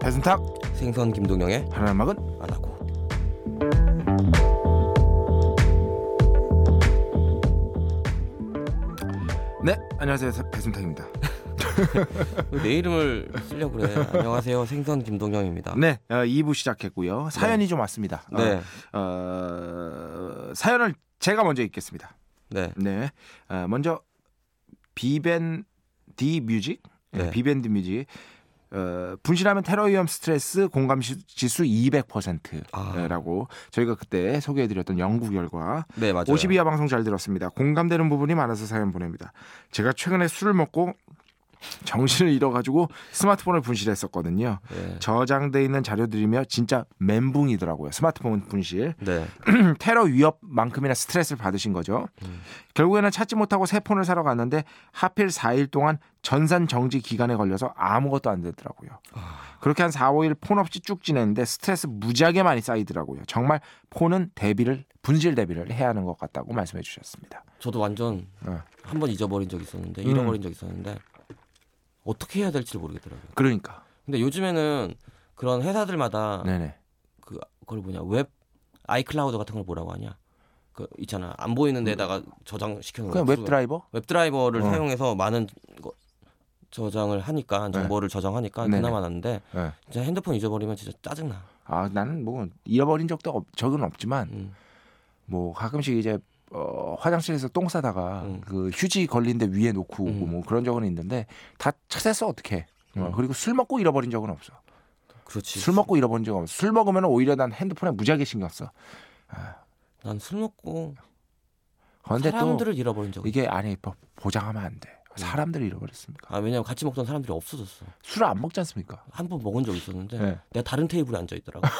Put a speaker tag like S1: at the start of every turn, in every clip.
S1: 배순탁
S2: 생선 김동영의
S1: 하나는 막은
S2: 안 하고
S1: 네 안녕하세요 배- 배순탁입니다.
S2: 왜 내 이름을 쓰려고 그래 안녕하세요 생선 김동영입니다
S1: 네 어, 2부 시작했고요 사연이 좀 왔습니다. 어,
S2: 아. 네.
S1: 어, 사연을 제가 먼저 읽겠습니다.
S2: 네.
S1: 네 어, 먼저 비벤 디 뮤직
S2: 네.
S1: 비밴드 뮤직 어, 분실하면 테러 위험 스트레스 공감 시- 지수
S2: 아.
S1: 200%라고 저희가 그때 소개해드렸던 연구 결과
S2: 네 맞아요
S1: 50 이하 방송 잘 들었습니다. 공감되는 부분이 많아서 사연 보냅니다. 제가 최근에 술을 먹고 정신을 잃어가지고 스마트폰을 분실했었거든요.
S2: 네.
S1: 저장돼 있는 자료들이며 진짜 멘붕이더라고요. 스마트폰 분실.
S2: 네.
S1: 테러 위협만큼이나 스트레스를 받으신 거죠. 결국에는 찾지 못하고 새 폰을 사러 갔는데 하필 4일 동안 전산 정지 기간에 걸려서 아무것도 안 되더라고요. 그렇게 한 4, 5일 폰 없이 쭉 지냈는데 스트레스 무지하게 많이 쌓이더라고요. 정말 폰은 대비를 분실 대비를 해야 하는 것 같다고 말씀해 주셨습니다.
S2: 저도 완전
S1: 어.
S2: 한 번 잊어버린 적 있었는데 잃어버린 적 있었는데 어떻게 해야 될지 모르겠더라고요
S1: 그러니까.
S2: 근데 요즘에는 그런 회사들마다
S1: 네네.
S2: 그 그걸 뭐냐 웹 아이클라우드 같은 걸 뭐라고 하냐 그 있잖아 안 보이는 데다가 저장시켜 놓은
S1: 그냥
S2: 거.
S1: 웹 드라이버?
S2: 웹드라이버를
S1: 어.
S2: 사용해서 많은 거- 저장을 하니까 정보를 저장하니까
S1: 네네.
S2: 그나마 낫는데
S1: 네.
S2: 진짜 핸드폰 잊어버리면 진짜 짜증나
S1: 아 나는 뭐 잃어버린 적도 없, 적은 없지만
S2: 음.
S1: 뭐 가끔씩 이제 어, 화장실에서 똥 싸다가
S2: 음.
S1: 그 휴지 걸린 데 위에 놓고 오고
S2: 음.
S1: 뭐 그런 적은 있는데 다 찾았어 어떻게? 어, 그리고 술 먹고 잃어버린 적은 없어.
S2: 그렇지
S1: 술 먹고 잃어버린 적은 없어. 술 먹으면 오히려 난 핸드폰에 무지하게 신경 써.
S2: 난 술 먹고
S1: 그런데
S2: 사람들을 잃어버린
S1: 아, 또
S2: 적이
S1: 이게 아니 뭐 보- 보장하면 안 돼. 사람들을 잃어버렸습니까?
S2: 아 왜냐면 같이 먹던 사람들이 없어졌어
S1: 술을 안 먹지 않습니까?
S2: 한 번 먹은 적 있었는데
S1: 네.
S2: 내가 다른 테이블에 앉아 있더라고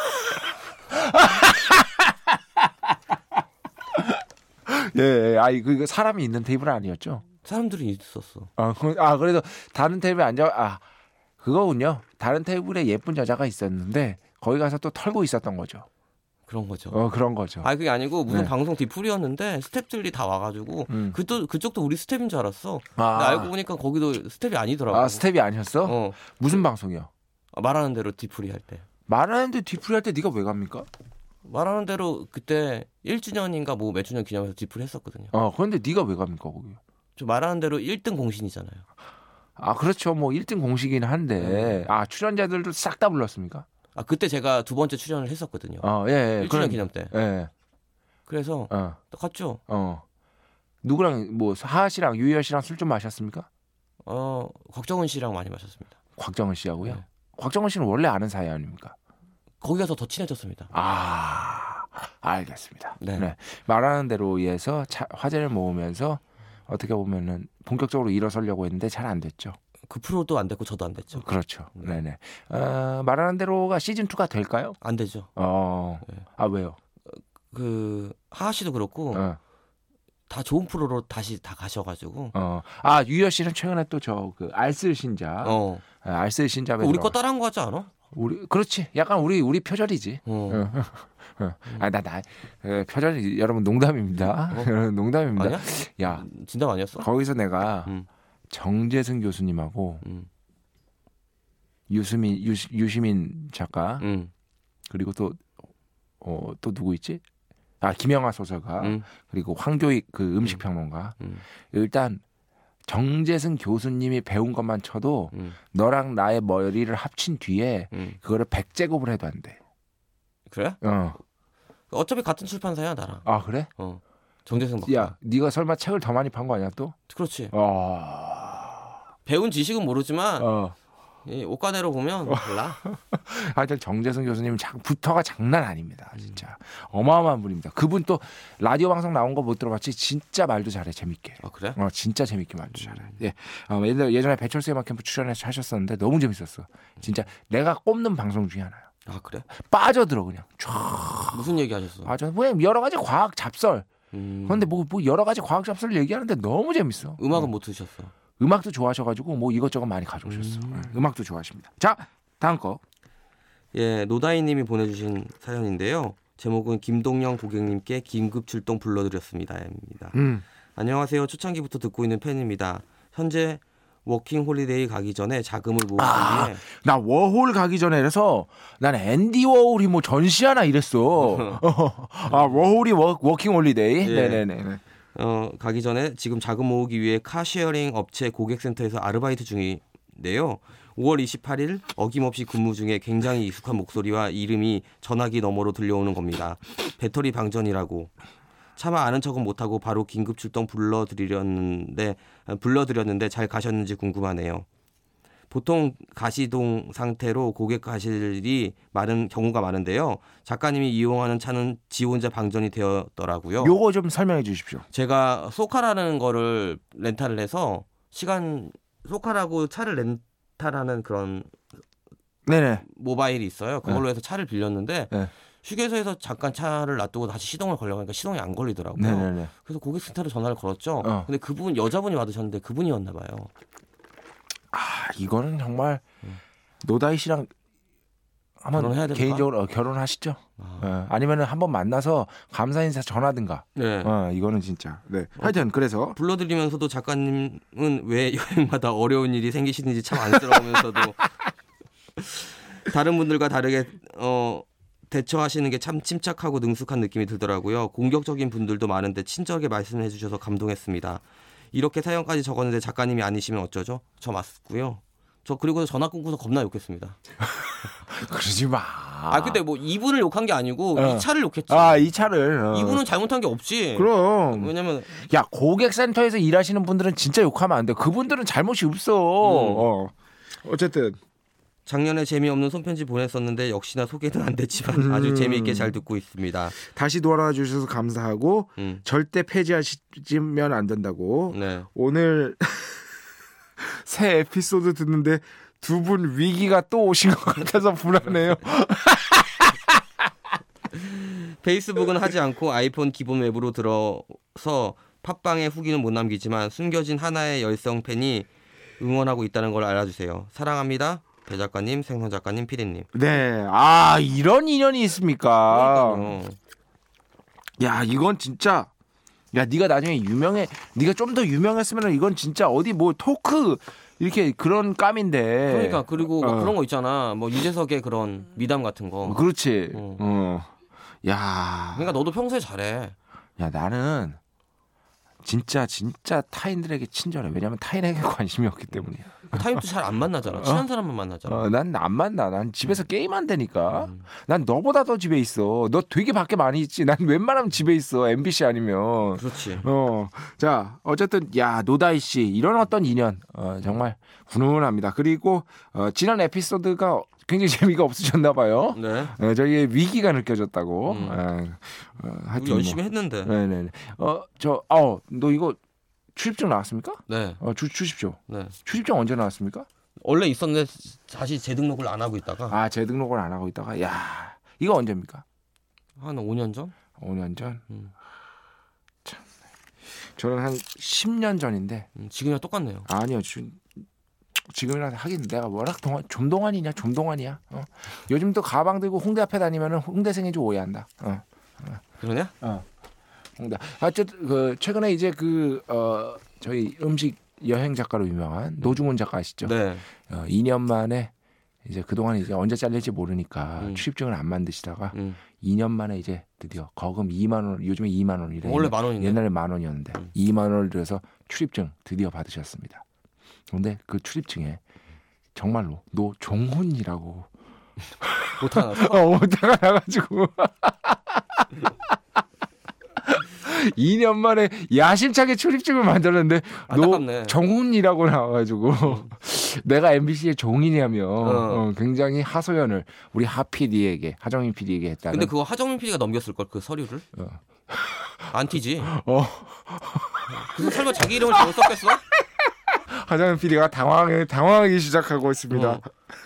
S1: 예, 예. 아이 그 사람이 있는 테이블 아니었죠?
S2: 사람들이 있었어
S1: 아, 그, 아 그래서 다른 테이블에 앉아 아 그거군요. 다른 테이블에 예쁜 여자가 있었는데 거기 가서 또 털고 있었던 거죠.
S2: 그런 거죠
S1: 어 그런 거죠.
S2: 아 그게 아니고 무슨
S1: 네.
S2: 방송 뒤풀이었는데 스탭들이 다 와가지고
S1: 음.
S2: 그또 그쪽도 우리 스탭인 줄 알았어
S1: 아.
S2: 근데 알고 보니까 거기도 스탭이 아니더라고
S1: 아 스텝이 아니었어?
S2: 어
S1: 무슨 방송이요?
S2: 아, 말하는 대로 뒤풀이 할 때.
S1: 말하는데 뒤풀이 할 때 네가 왜 갑니까?
S2: 말하는 대로 그때 1주년인가 뭐 몇 주년 기념해서 뒤풀이 했었거든요.
S1: 어 그런데 네가 왜 갑니까 거기?
S2: 저 말하는 대로 1등 공신이잖아요.
S1: 아 그렇죠 뭐 1등 공식이긴 한데 아 출연자들도 싹 다 불렀습니까?
S2: 아 그때 제가 두 번째 출연을 했었거든요.
S1: 어예 예.
S2: 1주년
S1: 그럼-
S2: 기념 때.
S1: 예.
S2: 그래서
S1: 어.
S2: 또 갔죠.
S1: 어. 누구랑 뭐 하하 씨랑 유희열 씨랑 술 좀 마셨습니까?
S2: 어 곽정은 씨랑 많이 마셨습니다.
S1: 곽정은 씨하고요.
S2: 네.
S1: 곽정은 씨는 원래 아는 사이 아닙니까?
S2: 거기 가서 더 친해졌습니다.
S1: 아 알겠습니다. 네.
S2: 네.
S1: 말하는 대로 의해서 차- 화제를 모으면서 어떻게 보면은 본격적으로 일어서려고 했는데 잘 안 됐죠.
S2: 그 프로도 안 됐고 저도 안 됐죠.
S1: 그렇죠.
S2: 네.
S1: 네네. 어, 말하는 대로가 시즌 2가 될까요?
S2: 안 되죠.
S1: 어.
S2: 네.
S1: 아 왜요?
S2: 그 하하 씨도 그렇고
S1: 어.
S2: 다 좋은 프로로 다시 다 가셔가지고
S1: 어. 아 유여 씨는 최근에 또 저 그 알쓸 신자.
S2: 어
S1: 아, 알쓸 신자에
S2: 우리 거
S1: 들어가-
S2: 따라한 거 같지 않아?
S1: 우리 그렇지. 약간 우리 우리 표절이지.
S2: 어. 음.
S1: 아나 나 표절이 여러분 농담입니다. 여러분 농담입니다.
S2: 어? 아니야?
S1: 야
S2: 진담 아니었어?
S1: 거기서 내가
S2: 음.
S1: 정재승 교수님하고
S2: 음.
S1: 유수민 유시, 유시민 작가
S2: 음.
S1: 그리고 또 어, 또 누구 있지? 아 김영하 소설가
S2: 음.
S1: 그리고 황교익 그 음식 평론가
S2: 음.
S1: 일단 정재승 교수님이 배운 것만 쳐도
S2: 음.
S1: 너랑 나의 머리를 합친 뒤에
S2: 음.
S1: 그거를 100제곱을 해도 안 돼.
S2: 그래?
S1: 어.
S2: 어차피 같은 출판사야 나랑.
S1: 아 그래?
S2: 어. 정재승 박사.
S1: 야, 네가 설마 책을 더 많이 판 거 아니야 또?
S2: 그렇지.
S1: 어.
S2: 배운 지식은 모르지만
S1: 어.
S2: 이 옷가대로 보면 몰라.
S1: 하여튼 정재승 교수님 장- 부터가 장난 아닙니다. 진짜 어마어마한 분입니다. 그분 또 라디오 방송 나온 거 못 들어봤지 진짜 말도 잘해 재밌게.
S2: 아 그래?
S1: 어 진짜 재밌게 말도 잘해. 예, 어, 예전에 예전에 배철수의 막 캠프 출연해서 하셨었는데 너무 재밌었어. 진짜 내가 꼽는 방송 중에 하나야.
S2: 아 그래?
S1: 빠져들어 그냥 쫙
S2: 무슨 얘기 하셨어?
S1: 빠져. 왜뭐 여러 가지 과학 잡설.
S2: 음.
S1: 그런데 뭐, 뭐 여러 가지 과학 잡설 얘기하는데 너무 재밌어.
S2: 음악은 못 드셨어.
S1: 음악도 좋아하셔가지고 뭐 이것저것 많이 가져오셨어. 음. 악도 좋아하십니다. 자 다음 거.
S2: 예, 노다이님이 보내주신 사연인데요. 제목은 김동영 고객님께 긴급 출동 불러드렸습니다입니다.
S1: 음.
S2: 안녕하세요. 초창기부터 듣고 있는 팬입니다. 현재 워킹 홀리데이 가기 전에 자금을 모으기 위해
S1: 나 워홀 가기 전에 그래서 난 앤디 워홀이 뭐 전시하나 이랬어. 아 워홀이 워, 워킹 홀리데이.
S2: 예.
S1: 네네네.
S2: 어, 가기 전에 지금 자금 모으기 위해 카쉐어링 업체 고객센터에서 아르바이트 중인데요. 5월 28일 어김없이 근무 중에 굉장히 익숙한 목소리와 이름이 전화기 너머로 들려오는 겁니다. 배터리 방전이라고. 차마 아는 척은 못하고 바로 긴급 출동 불러드리려는데 아, 불러드렸는데 잘 가셨는지 궁금하네요. 보통 가시동 상태로 고객 가실 일이 많은 경우가 많은데요. 작가님이 이용하는 차는 지 혼자 방전이 되었더라고요.
S1: 요거 좀 설명해 주십시오.
S2: 제가 소카라는 거를 렌탈을 해서 시간 소카라고 차를 렌탈하는 그런
S1: 네네.
S2: 모바일이 있어요. 그걸로 해서 차를 빌렸는데
S1: 네.
S2: 휴게소에서 잠깐 차를 놔두고 다시 시동을 걸려고 하니까 시동이 안 걸리더라고요.
S1: 네네네.
S2: 그래서 고객센터로 전화를 걸었죠.
S1: 어.
S2: 근데 그분 여자분이 받으셨는데 그분이었나 봐요.
S1: 아 이거는 정말 노다희 씨랑 한번
S2: 음. 결혼해야 될까?
S1: 개인적으로 어, 결혼하시죠.
S2: 아.
S1: 어, 아니면은 한번 만나서 감사 인사 전하든가.
S2: 네.
S1: 어 이거는 진짜. 네. 하여튼 그래서
S2: 불러드리면서도 작가님은 왜 여행마다 어려운 일이 생기시는지 참 안쓰러우면서도 다른 분들과 다르게 어, 대처하시는 게 참 침착하고 능숙한 느낌이 들더라고요. 공격적인 분들도 많은데 친절하게 말씀해 주셔서 감동했습니다. 이렇게 사연까지 적었는데 작가님이 아니시면 어쩌죠? 저 맞고요. 저 그리고 전화 끊고서 겁나 욕했습니다.
S1: 그러지 마.
S2: 아, 근데 뭐 이분을 욕한 게 아니고
S1: 어.
S2: 이 차를 욕했지.
S1: 아이 차를. 어.
S2: 이분은 잘못한 게 없지.
S1: 그럼
S2: 왜냐면
S1: 야 고객센터에서 일하시는 분들은 진짜 욕하면 안 돼. 그분들은 잘못이 없어. 어. 어쨌든
S2: 작년에 재미없는 손편지 보냈었는데 역시나 소개는 안 됐지만
S1: 음.
S2: 아주 재미있게 잘 듣고 있습니다.
S1: 다시 돌아와 주셔서 감사하고
S2: 음.
S1: 절대 폐지하시면 안 된다고
S2: 네.
S1: 오늘 새 에피소드 듣는데 두 분 위기가 또 오신 것 같아서 불안해요.
S2: 페이스북은 하지 않고 아이폰 기본 웹으로 들어서 팟빵에 후기는 못 남기지만 숨겨진 하나의 열성 팬이 응원하고 있다는 걸 알아주세요. 사랑합니다. 배 작가님, 생선 작가님, 피디님.
S1: 네, 아 이런 인연이 있습니까?
S2: 그러니까요.
S1: 야 이건 진짜 야 네가 나중에 유명해 네가 좀 더 유명했으면 이건 진짜 어디 뭐 토크 이렇게 그런 깜인데
S2: 그러니까 그리고
S1: 어.
S2: 그런 거 있잖아. 뭐 유재석의 그런 미담 같은 거.
S1: 뭐 그렇지
S2: 어.
S1: 어야
S2: 그러니까 너도 평소에 잘해.
S1: 야 나는 진짜 진짜 타인들에게 친절해 왜냐면 타인에게 관심이 없기 때문이야
S2: 타입도 잘 안 만나잖아. 친한 사람만 만나잖아.
S1: 어, 난 안 만나 난 집에서
S2: 음.
S1: 게임 안 되니까 난 너보다 더 집에 있어 너 되게 밖에 많이 있지 난 웬만하면 집에 있어 MBC 아니면
S2: 그렇지.
S1: 어, 자, 어쨌든 야 노다이 씨 이런 어떤 인연 어, 정말 훈훈합니다. 그리고 어, 지난 에피소드가 굉장히 재미가 없으셨나 봐요.
S2: 네.
S1: 어, 저희의 위기가 느껴졌다고.
S2: 음.
S1: 어, 어,
S2: 우리
S1: 하여튼
S2: 열심히 했는데.
S1: 뭐. 네네네. 어, 저, 어, 너 이거 출입증 나왔습니까?
S2: 네.
S1: 어, 주, 출입증.
S2: 네.
S1: 출입증 언제 나왔습니까?
S2: 원래 있었는데 다시 재등록을 안 하고 있다가
S1: 아, 재등록을 안 하고 있다가 야 이거 언제입니까?
S2: 한 5년 전?
S1: 5년 전.
S2: 음.
S1: 참. 저는 한 10년 전인데
S2: 음, 지금이랑 똑같네요.
S1: 아니요 지- 지금이라도 하긴 내가 워낙 동안 좀동안이냐 좀동안이야 어. 요즘 또 가방 들고 홍대 앞에 다니면 홍대생인 줄 오해한다 어.
S2: 그러냐?
S1: 홍대 하여튼 그 최근에 이제 그 어, 저희 음식 여행 작가로 유명한 노중훈 작가 아시죠
S2: 네.
S1: 어, 2년 만에 이제 그동안 이제 언제 잘릴지 모르니까
S2: 음.
S1: 출입증을 안 만드시다가
S2: 음. 2년
S1: 2년 만에 이제 드디어 거금 2만 원 요즘에 2만 원이래
S2: 원래 만 원이네.
S1: 옛날에 만 원이었는데
S2: 음.
S1: 2만 원을 들여서 출입증 드디어 받으셨습니다. 그런데 그 출입증에 정말로 노종훈이라고
S2: 못하나.
S1: 어머니가 나가지고 2년 만에 야심차게 출입증을 만들었는데
S2: 아, 안타깝네.
S1: 노종훈이라고 나와가지고 내가 MBC의 종이냐며
S2: 어.
S1: 어, 굉장히 하소연을 우리 하 PD에게 하정인 PD에게 했다는
S2: 근데 그거 하정민 PD가 넘겼을 걸 그 서류를.
S1: 어.
S2: 안 튀지.
S1: 어.
S2: 그래서 설마 자기 이름을 잘못 썼겠어?
S1: 하정인 PD가 당황해 당황하기 시작하고 있습니다.
S2: 어.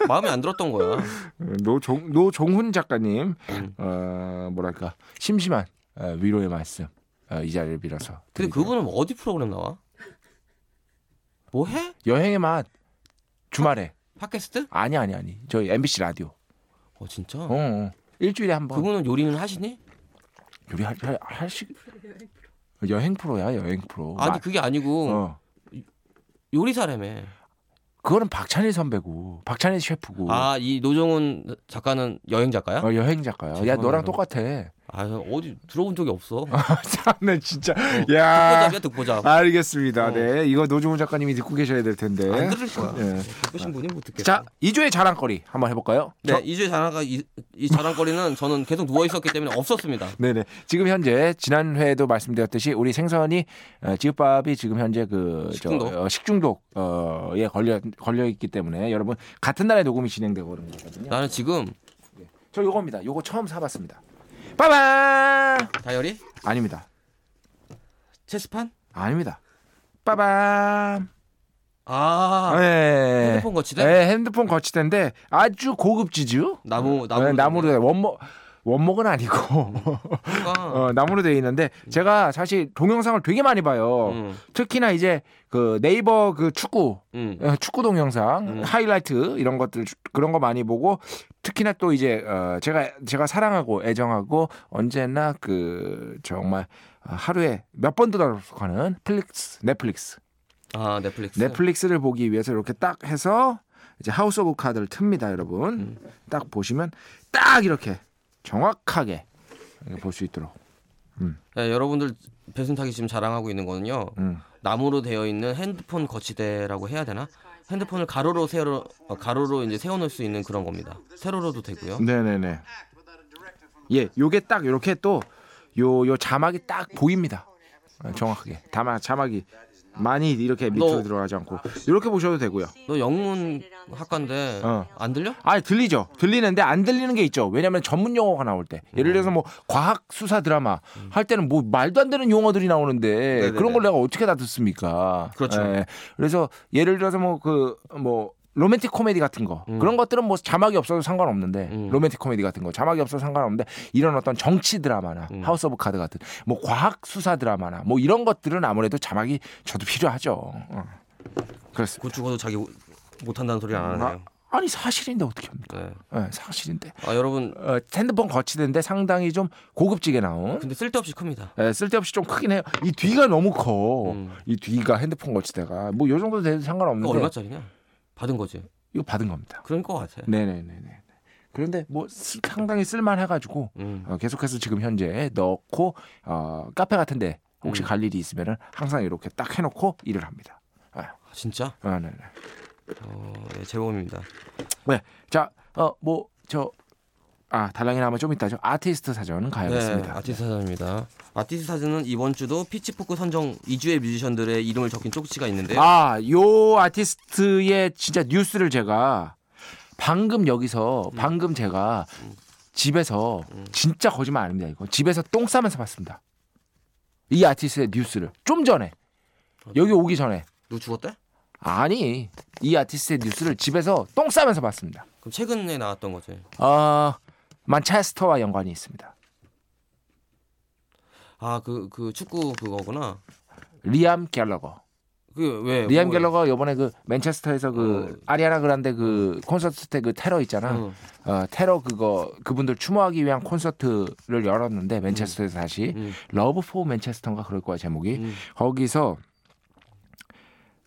S2: 마음에 안 들었던 거야.
S1: 노종 노종훈 작가님
S2: 음.
S1: 어, 뭐랄까 심심한 어, 위로의 말씀 어, 이 자리를 빌어서
S2: 근데
S1: 드리고요.
S2: 그분은 어디 프로그램 나와? 뭐 해?
S1: 여행의 맛 주말에
S2: 팟캐스트?
S1: 아니 아니 아니 저희 MBC 라디오
S2: 어 진짜?
S1: 어, 어. 일주일에 한 번.
S2: 그분은 요리는 하시니?
S1: 요리 할, 할, 할 시... 여행 프로야 여행 프로.
S2: 아니 그게 아니고
S1: 어.
S2: 요리사라며.
S1: 그거는 박찬일 선배고 박찬일 셰프고
S2: 아 이 노정훈 작가는 여행 작가야?
S1: 뭐. 어, 여행 작가야. 야
S2: 죄송해요.
S1: 너랑 똑같아.
S2: 아 어디 들어본 적이 없어.
S1: 참네 진짜.
S2: 어,
S1: 야.
S2: 듣보잡이야 듣보잡.
S1: 알겠습니다.
S2: 어.
S1: 네 이거 노중훈 작가님이 듣고 계셔야 될 텐데.
S2: 안 들을 거야.
S1: 예.
S2: 듣고신 분이 못 듣겠어.
S1: 자 2주의 자랑거리 한번 해볼까요?
S2: 네, 이주의 자랑가 이, 이 자랑거리는 저는 계속 누워 있었기 때문에 없었습니다.
S1: 네네. 지금 현재 지난 회에도 말씀드렸듯이 우리 생선이 어, 지읍밥이 지금 현재 그
S2: 식중독.
S1: 저, 어, 식중독에 걸려 걸려 있기 때문에 여러분 같은 날에 녹음이 진행되고 그런 거거든요.
S2: 나는 지금
S1: 저 요겁니다. 요거 처음 사봤습니다. 빠밤.
S2: 다이어리
S1: 아닙니다.
S2: 체스판
S1: 아닙니다. 빠밤.
S2: 아
S1: 네.
S2: 핸드폰 거치대?
S1: 네, 핸드폰 거치대인데 아주 고급 지주.
S2: 나무 나무
S1: 네, 나무로 돼. 원목 원목은 아니고
S2: 그러니까,
S1: 어, 나무로 되어 있는데 제가 사실 동영상을 되게 많이 봐요.
S2: 음,
S1: 특히나 이제 그 네이버 그 축구
S2: 음.
S1: 어, 축구 동영상
S2: 음.
S1: 하이라이트 이런 것들 주- 그런 거 많이 보고 특히나 또 이제 어, 제가 제가 사랑하고 애정하고 언제나 그 정말 하루에 몇 번도 다속하는 플릭스 넷플릭스
S2: 아 넷플릭스.
S1: 넷플릭스를 보기 위해서 이렇게 딱 해서 이제 하우스 오브 카드를 틉니다 여러분
S2: 음.
S1: 딱 보시면 딱 이렇게 정확하게 볼 수 있도록
S2: 네, 여러분들 배순탁이 지금 자랑하고 있는 거는요.
S1: 음.
S2: 나무로 되어 있는 핸드폰 거치대라고 해야 되나? 핸드폰을 가로로 세로 어, 가로로 이제 세워 놓을 수 있는 그런 겁니다. 세로로도 되고요.
S1: 네네네. 예, 요게 딱 요렇게 또 요 요 자막이 딱 보입니다. 어, 정확하게. 다만 자막이 많이 이렇게 밑으로
S2: 너-
S1: 들어가지 않고 이렇게 보셔도 되고요.
S2: 너 영문 학과인데
S1: 어.
S2: 안 들려?
S1: 아, 들리죠. 들리는데 안 들리는 게 있죠. 왜냐면 전문 용어가 나올 때. 예를 들어서 뭐 과학 수사 드라마 할 때는 뭐 말도 안 되는 용어들이 나오는데
S2: 네네네.
S1: 그런 걸 내가 어떻게 다 듣습니까?
S2: 그렇죠.
S1: 예. 그래서 예를 들어서 뭐 그 뭐 로맨틱 코미디 같은 거 그런 것들은 뭐 자막이 없어도 상관없는데
S2: 음.
S1: 로맨틱 코미디 같은 거 자막이 없어도 상관없는데 이런 어떤 정치 드라마나
S2: 음.
S1: 하우스 오브 카드 같은 뭐 과학 수사 드라마나 뭐 이런 것들은 아무래도 자막이 저도 필요하죠. 어. 그렇습니다.
S2: 곧 죽어도 자기 못 한다는 소리 안 하네요.
S1: 아, 아니 사실인데 어떻게 합니까?
S2: 네.
S1: 예, 사실인데.
S2: 아 여러분
S1: 어, 핸드폰 거치대인데 상당히 좀 고급지게 나온
S2: 근데 쓸데없이 큽니다.
S1: 예, 쓸데없이 좀 크긴 해요. 이 뒤가 너무 커.
S2: 음.
S1: 이 뒤가 핸드폰 거치대가 뭐 요 정도 돼도
S2: 이거
S1: 상관없는데
S2: 얼마짜리냐? 받은 거지.
S1: 이거 받은 겁니다.
S2: 그런 거 같아.
S1: 네네네네. 그런데 뭐 쓰- 상당히 쓸만해가지고
S2: 음.
S1: 어, 계속해서 지금 현재 넣고 어, 카페 같은데 혹시
S2: 음.
S1: 갈 일이 있으면은 항상 이렇게 딱 해놓고 일을 합니다. 아,
S2: 아, 진짜?
S1: 아, 네네.
S2: 어, 예, 재범입니다.
S1: 네, 자뭐저 아, 달랑이 나면 좀 이따죠. 아티스트 사전
S2: 네,
S1: 가야겠습니다.
S2: 아티스트 사전입니다. 아티스트 사전은 이번 주도 피치포크 선정 2주의 뮤지션들의 이름을 적힌 쪽지가 있는데요.
S1: 아, 요 아티스트의 진짜 뉴스를 제가 방금 여기서 방금 제가 집에서 진짜 거짓말 아닙니다 이거 집에서 똥 싸면서 봤습니다. 이 아티스트의 뉴스를 좀 전에 여기 오기 전에
S2: 누구 죽었대?
S1: 아니 이 아티스트의 뉴스를 집에서 똥 싸면서 봤습니다.
S2: 그럼 최근에 나왔던 거지.
S1: 아 만체스터와 연관이 있습니다.
S2: 아, 그, 그 축구 그거구나.
S1: 리암 갤러거.
S2: 그게 왜?
S1: 리암
S2: 네, 뭐예요? 어.
S1: 갤러거 요번에 그 맨체스터에서 그 아리아나 그란데
S2: 음.
S1: 그 콘서트 때 그 테러 있잖아.
S2: 응.
S1: 어, 테러 그거 그분들 추모하기 위한 콘서트를 열었는데 맨체스터에서 다시
S2: 음.
S1: 러브 포 맨체스터인가 그럴 거야 제목이
S2: 음.
S1: 거기서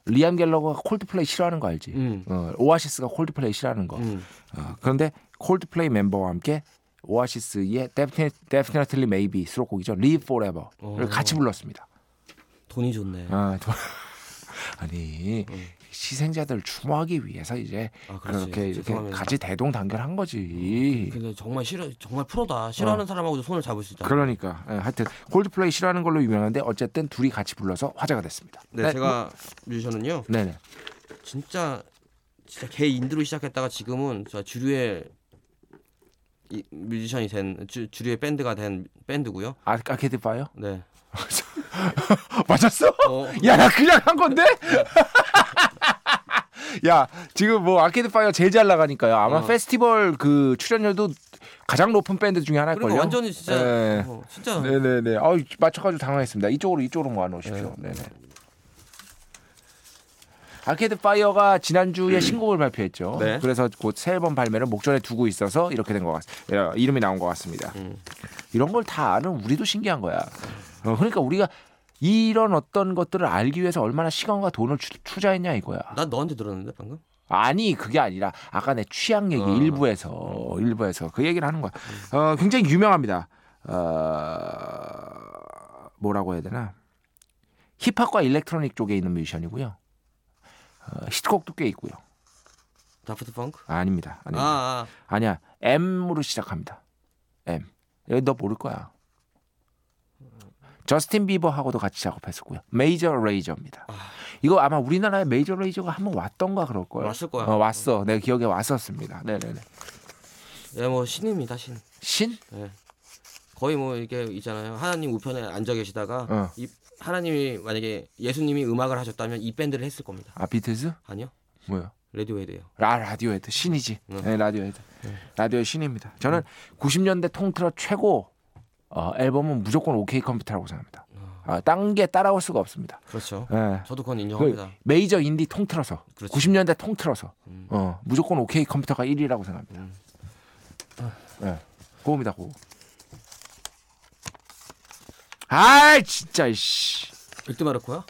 S1: 리암 갤러가 콜드플레이 싫어하는 거 알지?
S2: 음.
S1: 어, 오아시스가 콜드플레이 싫어하는 거.
S2: 음.
S1: 어, 그런데 콜드플레이 멤버와 함께 오아시스의 Defin- Definitely Maybe 수록곡이죠 Live Forever를
S2: 어.
S1: 같이 불렀습니다.
S2: 돈이 좋네.
S1: 아, 도- 아니 희생자들 추모하기 위해서 이제
S2: 아, 그렇지.
S1: 그렇게 이렇게
S2: 죄송합니다. 그렇죠.
S1: 같이 대동단결한 거지.
S2: 근데 정말 싫어, 정말 프로다. 싫어하는 사람하고도 손을 잡을 수 있다.
S1: 그러니까 예, 하여튼 골드플레이 싫어하는 걸로 유명한데 어쨌든 둘이 같이 불러서 화제가 됐습니다.
S2: 네, 제가 뮤지션은요.
S1: 네네.
S2: 진짜 진짜 개 인드로 시작했다가 지금은 저 주류의 이, 뮤지션이 된 주, 주류의 밴드가 된 밴드고요.
S1: 아, 아케드 파요?
S2: 네.
S1: 맞았어?
S2: 어,
S1: 야, 나 그냥 한 건데? 야, 지금 뭐 아케드 파이어 제일 잘 나가니까요. 아마
S2: 어.
S1: 페스티벌 그 출연료도 가장 높은 밴드 중에 하나일
S2: 그리고
S1: 걸요.
S2: 그러니까 완전히 진짜
S1: 네.
S2: 어, 진짜
S1: 네네 아, 맞춰 가지고 당황했습니다. 이쪽으로 이쪽으로 모아 놓으십시오. 네. 네 아케이드 파이어가 지난주에 신곡을 발표했죠.
S2: 네.
S1: 그래서 곧 새 앨범 발매를 목전에 두고 있어서 이렇게 된 것 같습니다. 이름이 나온 것 같습니다. 이런 걸 다 아는 우리도 신기한 거야. 어, 그러니까 우리가 이런 어떤 것들을 알기 위해서 얼마나 시간과 돈을 추- 투자했냐 이거야.
S2: 나 너한테 들었는데 방금.
S1: 아니 그게 아니라 아까 내 취향 얘기
S2: 어.
S1: 일부에서 일부에서 그 얘기를 하는 거야. 어, 굉장히 유명합니다. 어, 뭐라고 해야 되나? 힙합과 일렉트로닉 쪽에 있는 뮤지션이고요. 어, 히트곡도 꽤 있고요.
S2: 다프트 펑크.
S1: 아, 아닙니다. 아닙니다.
S2: 아, 아.
S1: 아니야. M으로 시작합니다. M. 여기 너 모를 거야. 저스틴 비버하고도 같이 작업했었고요. 메이저 레이저입니다. 이거 아마 우리나라에 메이저 레이저가 한번 왔던가 그럴 거예요.
S2: 왔을 거야.
S1: 어, 왔어. 내 기억에 왔었습니다. 네네네.
S2: 예, 뭐 신입니다 신.
S1: 신?
S2: 예. 거의 뭐 이게 있잖아요. 하나님 우편에 앉아 계시다가
S1: 어.
S2: 이 하나님이 만약에 예수님이 음악을 하셨다면 이 밴드를 했을 겁니다.
S1: 아 비틀즈?
S2: 아니요.
S1: 뭐요?
S2: 레디오헤드예요.
S1: 라 라디오헤드 신이지.
S2: 응.
S1: 네, 라디오헤드. 라디오의 신입니다. 저는 90년대 통틀어 최고 어, 앨범은 무조건 OK 컴퓨터라고 생각합니다. 아, 딴게 따라올 수가 없습니다.
S2: 그렇죠.
S1: 예.
S2: 저도 그건
S1: 그
S2: 인정합니다.
S1: 메이저 인디 통틀어서
S2: 그렇죠.
S1: 90년대 통틀어서
S2: 음.
S1: 어, 무조건 OK 컴퓨터가 1위라고 생각합니다.
S2: 음.
S1: 예. 고음이다 고음. 아 진짜 씨.
S2: 일드마르코야?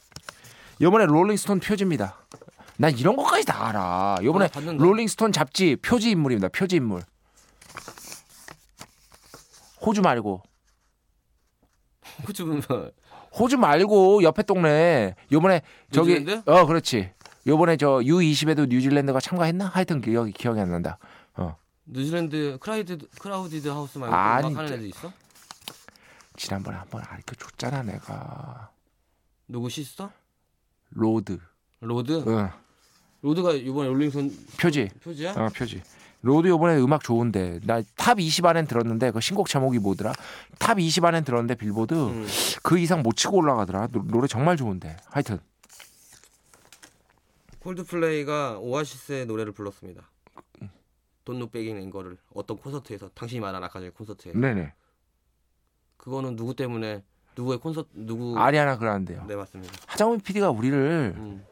S1: 요번에 롤링스톤 표지입니다. 난 이런 것까지 다 알아. 요번에
S2: 아, 봤는데.
S1: 롤링스톤 잡지 표지 인물입니다. 표지 인물. 호주 말고
S2: 그쯤
S1: 호주 말고 옆에 동네 요번에 저기
S2: 뉴질랜드?
S1: 어 그렇지. 요번에 저 U20에도 뉴질랜드가 참가했나? 하여튼 기억이 기억이 안 난다. 어.
S2: 뉴질랜드 크라이드 크라우디드 하우스 말고
S1: 아니, 그
S2: 음악 하는
S1: 저-
S2: 애들 있어?
S1: 지난번에 한번 알려 줬잖아 내가.
S2: 누구 시스터?
S1: 로드.
S2: 로드?
S1: 응.
S2: 로드가 이번에 롤링손
S1: 표지.
S2: 표지야?
S1: 어, 표지. 로드 요번에 음악 좋은데 나 탑 20 안엔 들었는데 그 신곡 제목이 뭐더라? 탑 20 안엔 들었는데 빌보드
S2: 음.
S1: 그 이상 못 치고 올라가더라. 노, 노래 정말 좋은데. 하여튼
S2: 콜드플레이가 오아시스의 노래를 불렀습니다. 돈노 백인 앵거를 어떤 콘서트에서 당신이 말한 아까전에 콘서트에
S1: 네네.
S2: 그거는 누구 때문에 누구의 콘서트 누구
S1: 아리아나 그란데요.
S2: 네 맞습니다.
S1: 하정우 PD가 우리를
S2: 음,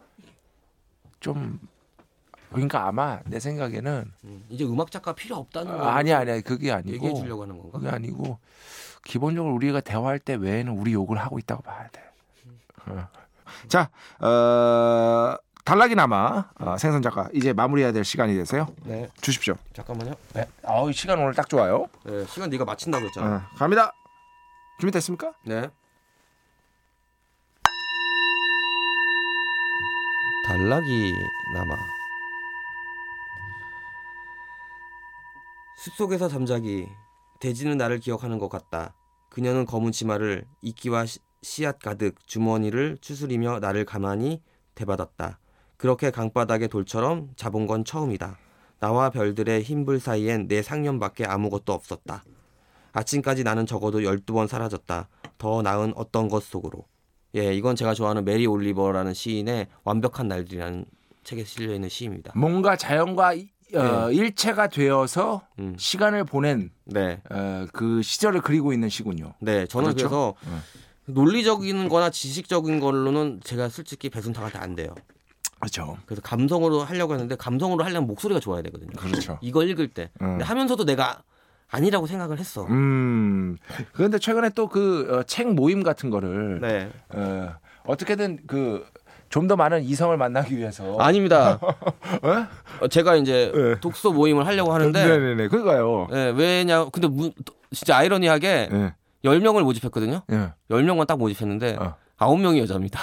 S1: 좀 그러니까 아마 내 생각에는
S2: 음. 이제 음악 작가 필요 없다는 걸
S1: 아, 아니 아니 그게
S2: 얘기해
S1: 아니고
S2: 주려고 하는 건가?
S1: 그게 아니고 기본적으로 우리가 대화할 때 외에는 우리 욕을 하고 있다고 봐야 돼.
S2: 음.
S1: 어. 자, 어, 단락이나마 어, 생선 작가 이제 마무리해야 될 시간이 되세요.
S2: 네
S1: 주십시오.
S2: 잠깐만요.
S1: 네. 아우 시간 오늘 딱 좋아요.
S2: 네, 시간 네가 마친다고 했잖아.
S1: 어, 갑니다. 준비됐습니까?
S2: 네. 단락이 남아 숲속에서 잠자기 돼지는 나를 기억하는 것 같다. 그녀는 검은 치마를 이끼와 시- 씨앗 가득 주머니를 추스리며 나를 가만히 대받았다. 그렇게 강바닥의 돌처럼 잡은 건 처음이다. 나와 별들의 흰불 사이엔 내 상념밖에 아무것도 없었다. 아침까지 나는 적어도 12번 사라졌다. 더 나은 어떤 것 속으로. 예, 이건 제가 좋아하는 메리 올리버라는 시인의 완벽한 날들이라는 책에 실려 있는 시입니다.
S1: 뭔가 자연과 이- 어, 일체가 되어서
S2: 음.
S1: 시간을 보낸
S2: 네.
S1: 어, 그 시절을 그리고 있는 시군요.
S2: 네, 저는 그
S1: 그렇죠?
S2: 래서 논리적인 거나 지식적인 걸로는 제가 솔직히 배순탁한테 안 돼요.
S1: 그렇죠.
S2: 그래서 감성으로 하려고 했는데 감성으로 하려면 목소리가 좋아야 되거든요.
S1: 그렇죠.
S2: 이걸 읽을 때. 근데 하면서도 내가 아니라고 생각을 했어.
S1: 음. 그런데 최근에 또 그 책 모임 같은 거를
S2: 네.
S1: 어, 어떻게든 그 좀 더 많은 이성을 만나기 위해서
S2: 아닙니다.
S1: 어?
S2: 어, 제가 이제
S1: 네.
S2: 독서 모임을 하려고 하는데
S1: 네네네. 그러니까요.
S2: 예, 왜냐 근데 무, 진짜 아이러니하게
S1: 예.
S2: 열명을 모집했거든요.
S1: 예.
S2: 열명만딱 모집했는데
S1: 어.
S2: 아홉 명이 여자입니다.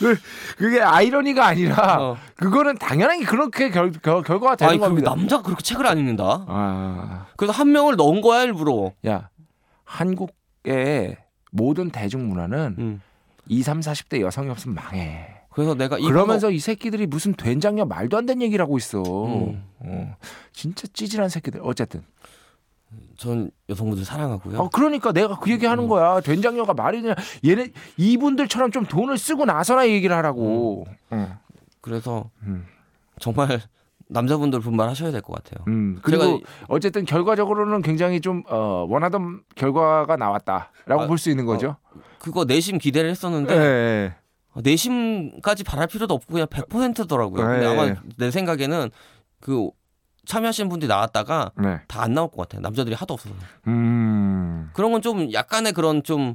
S1: 그, 그게 아이러니가 아니라
S2: 어.
S1: 그거는 당연히 그렇게 결, 결, 결과가 되는
S2: 아니 그
S1: 겁니다.
S2: 남자가 그렇게 책을 안 읽는다.
S1: 아,
S2: 그래서 한 명을 넣은 거야 일부러.
S1: 야 한국의 모든 대중문화는
S2: 음.
S1: 20, 30대 여성이 없으면 망해.
S2: 그래서 내가 아, 이
S1: 그러면서 이 새끼들이 무슨 된장녀 말도 안 되는 얘기를 하고 있어.
S2: 음.
S1: 어, 진짜 찌질한 새끼들. 어쨌든.
S2: 부모- 전 여성분들 사랑하고요.
S1: 어, 그러니까 내가 그 얘기
S2: 음.
S1: 하는 거야. 된장녀가 말이 그냥 얘네 이분들처럼 좀 돈을 쓰고 나서나 얘기를 하라고. 음,
S2: 그래서
S1: 음.
S2: 정말 남자분들 분발하셔야 될 것 같아요.
S1: 음. 그리고
S2: 제가-
S1: 어쨌든 결과적으로는 굉장히 좀 어, 원하던 결과가 나왔다라고
S2: 아, 네.
S1: 볼 수 있는 거죠.
S2: 그거 내심 기대를 했었는데 어,
S1: 예, 예.
S2: 내심까지 바랄 필요도 없고 그냥 100%더라고요.
S1: 네.
S2: 근데 아마 내 생각에는 그 참여하시는 분들이 나왔다가
S1: 네.
S2: 다 안 나올 것 같아요. 남자들이 하도 없어서.
S1: 음.
S2: 그런 건 좀 약간의 그런 좀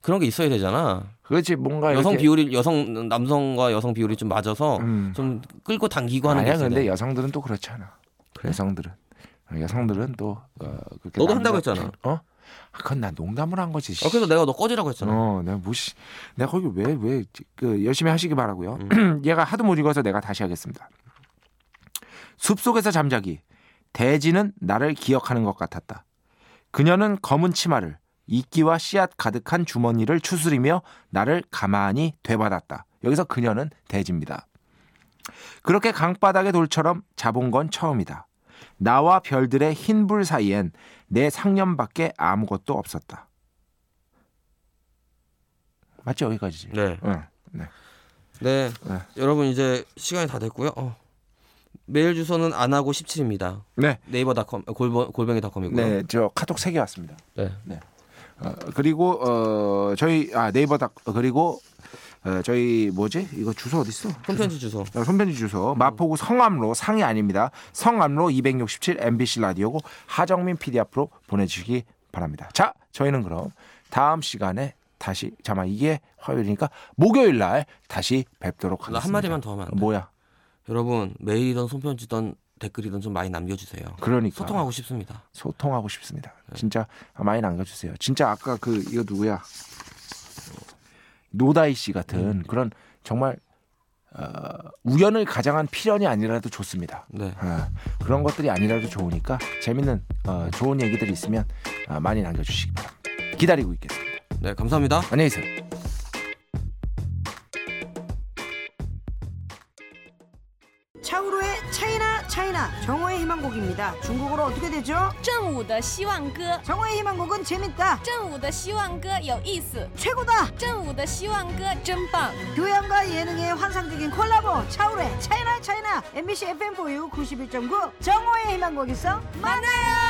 S2: 그런 게 있어야 되잖아.
S1: 그렇지 뭔가
S2: 여성
S1: 이렇게,
S2: 비율이 여성 남성과 여성 비율이 좀 맞아서
S1: 음.
S2: 좀 끌고 당기고 하는 게
S1: 아니야
S2: 있어야
S1: 근데
S2: 돼.
S1: 여성들은 또 그렇지 않아.
S2: 그래?
S1: 여성들은 어, 여성들은 또 어, 그렇게
S2: 너도
S1: 남자-
S2: 한다고 했잖아.
S1: 어? 아, 그건 나 농담을 한 거지. 씨.
S2: 어, 그래서 내가 너 꺼지라고 했잖아.
S1: 어, 내가 무시. 내가 거기 왜왜그 열심히 하시기 바라고요.
S2: 음.
S1: 얘가 하도 못 읽어서 내가 다시 하겠습니다. 숲 속에서 잠자기. 대지는 나를 기억하는 것 같았다. 그녀는 검은 치마를 이끼와 씨앗 가득한 주머니를 추스리며 나를 가만히 되받았다. 여기서 그녀는 대지입니다. 그렇게 강바닥의 돌처럼 잡은 건 처음이다. 나와 별들의 흰불 사이엔 내 상념밖에 아무것도 없었다. 맞죠 여기까지지.
S2: 네.
S1: 응. 네.
S2: 네.
S1: 네.
S2: 여러분 이제 시간이 다 됐고요. 어. 메일 주소는 안하고 17입니다.
S1: 네.
S2: 네이버닷컴 어, 골 골뱅이 닷컴이고요.
S1: 네, 저 카톡 세 개 왔습니다.
S2: 네.
S1: 어, 그리고 어 저희 아 네이버 닥 어, 그리고 어, 저희 뭐지 이거 주소 어디 있어?
S2: 손편지 주소.
S1: 어, 손편지 주소 마포구 성암로 상이 아닙니다. 성암로 267 MBC 라디오고 하정민 PD 앞으로 보내주시기 바랍니다. 자, 저희는 그럼 다음 시간에 다시 잠깐 이게 화요일이니까 목요일 날 다시 뵙도록
S2: 나
S1: 하겠습니다.
S2: 한 마디만 더 하면 안 돼.
S1: 뭐야?
S2: 여러분 메일이든 손편지든 댓글이든 좀 많이 남겨주세요.
S1: 그러니까
S2: 소통하고 싶습니다. 네.
S1: 소통하고 싶습니다. 진짜 아, 많이 남겨주세요. 진짜 아까 그 이거 누구야 노다이 씨 같은
S2: 네.
S1: 그런 정말 어, 우연을 가장한 필연이 아니라도 좋습니다.
S2: 네.
S1: 어, 그런 것들이 아니라도 좋으니까 재밌는 어, 좋은 얘기들이 있으면 어, 많이 남겨주시기 바랍니다. 기다리고 있겠습니다.
S2: 네, 감사합니다.
S1: 안녕히 계세요.
S3: 차우로의 차이나 차이나 정오의 희망곡입니다. 중국어로 어떻게 되죠?
S4: 正午的希望歌，
S3: 정오의 희망곡은 재밌다.
S4: 正午的希望歌有意思，
S3: 최고다.
S4: 正午的希望歌真棒。
S3: 교양과 예능의 환상적인 콜라보 차우로의 차이나 차이나 MBC FM4U 91.9 정오의 희망곡에서 만나요.
S4: 啊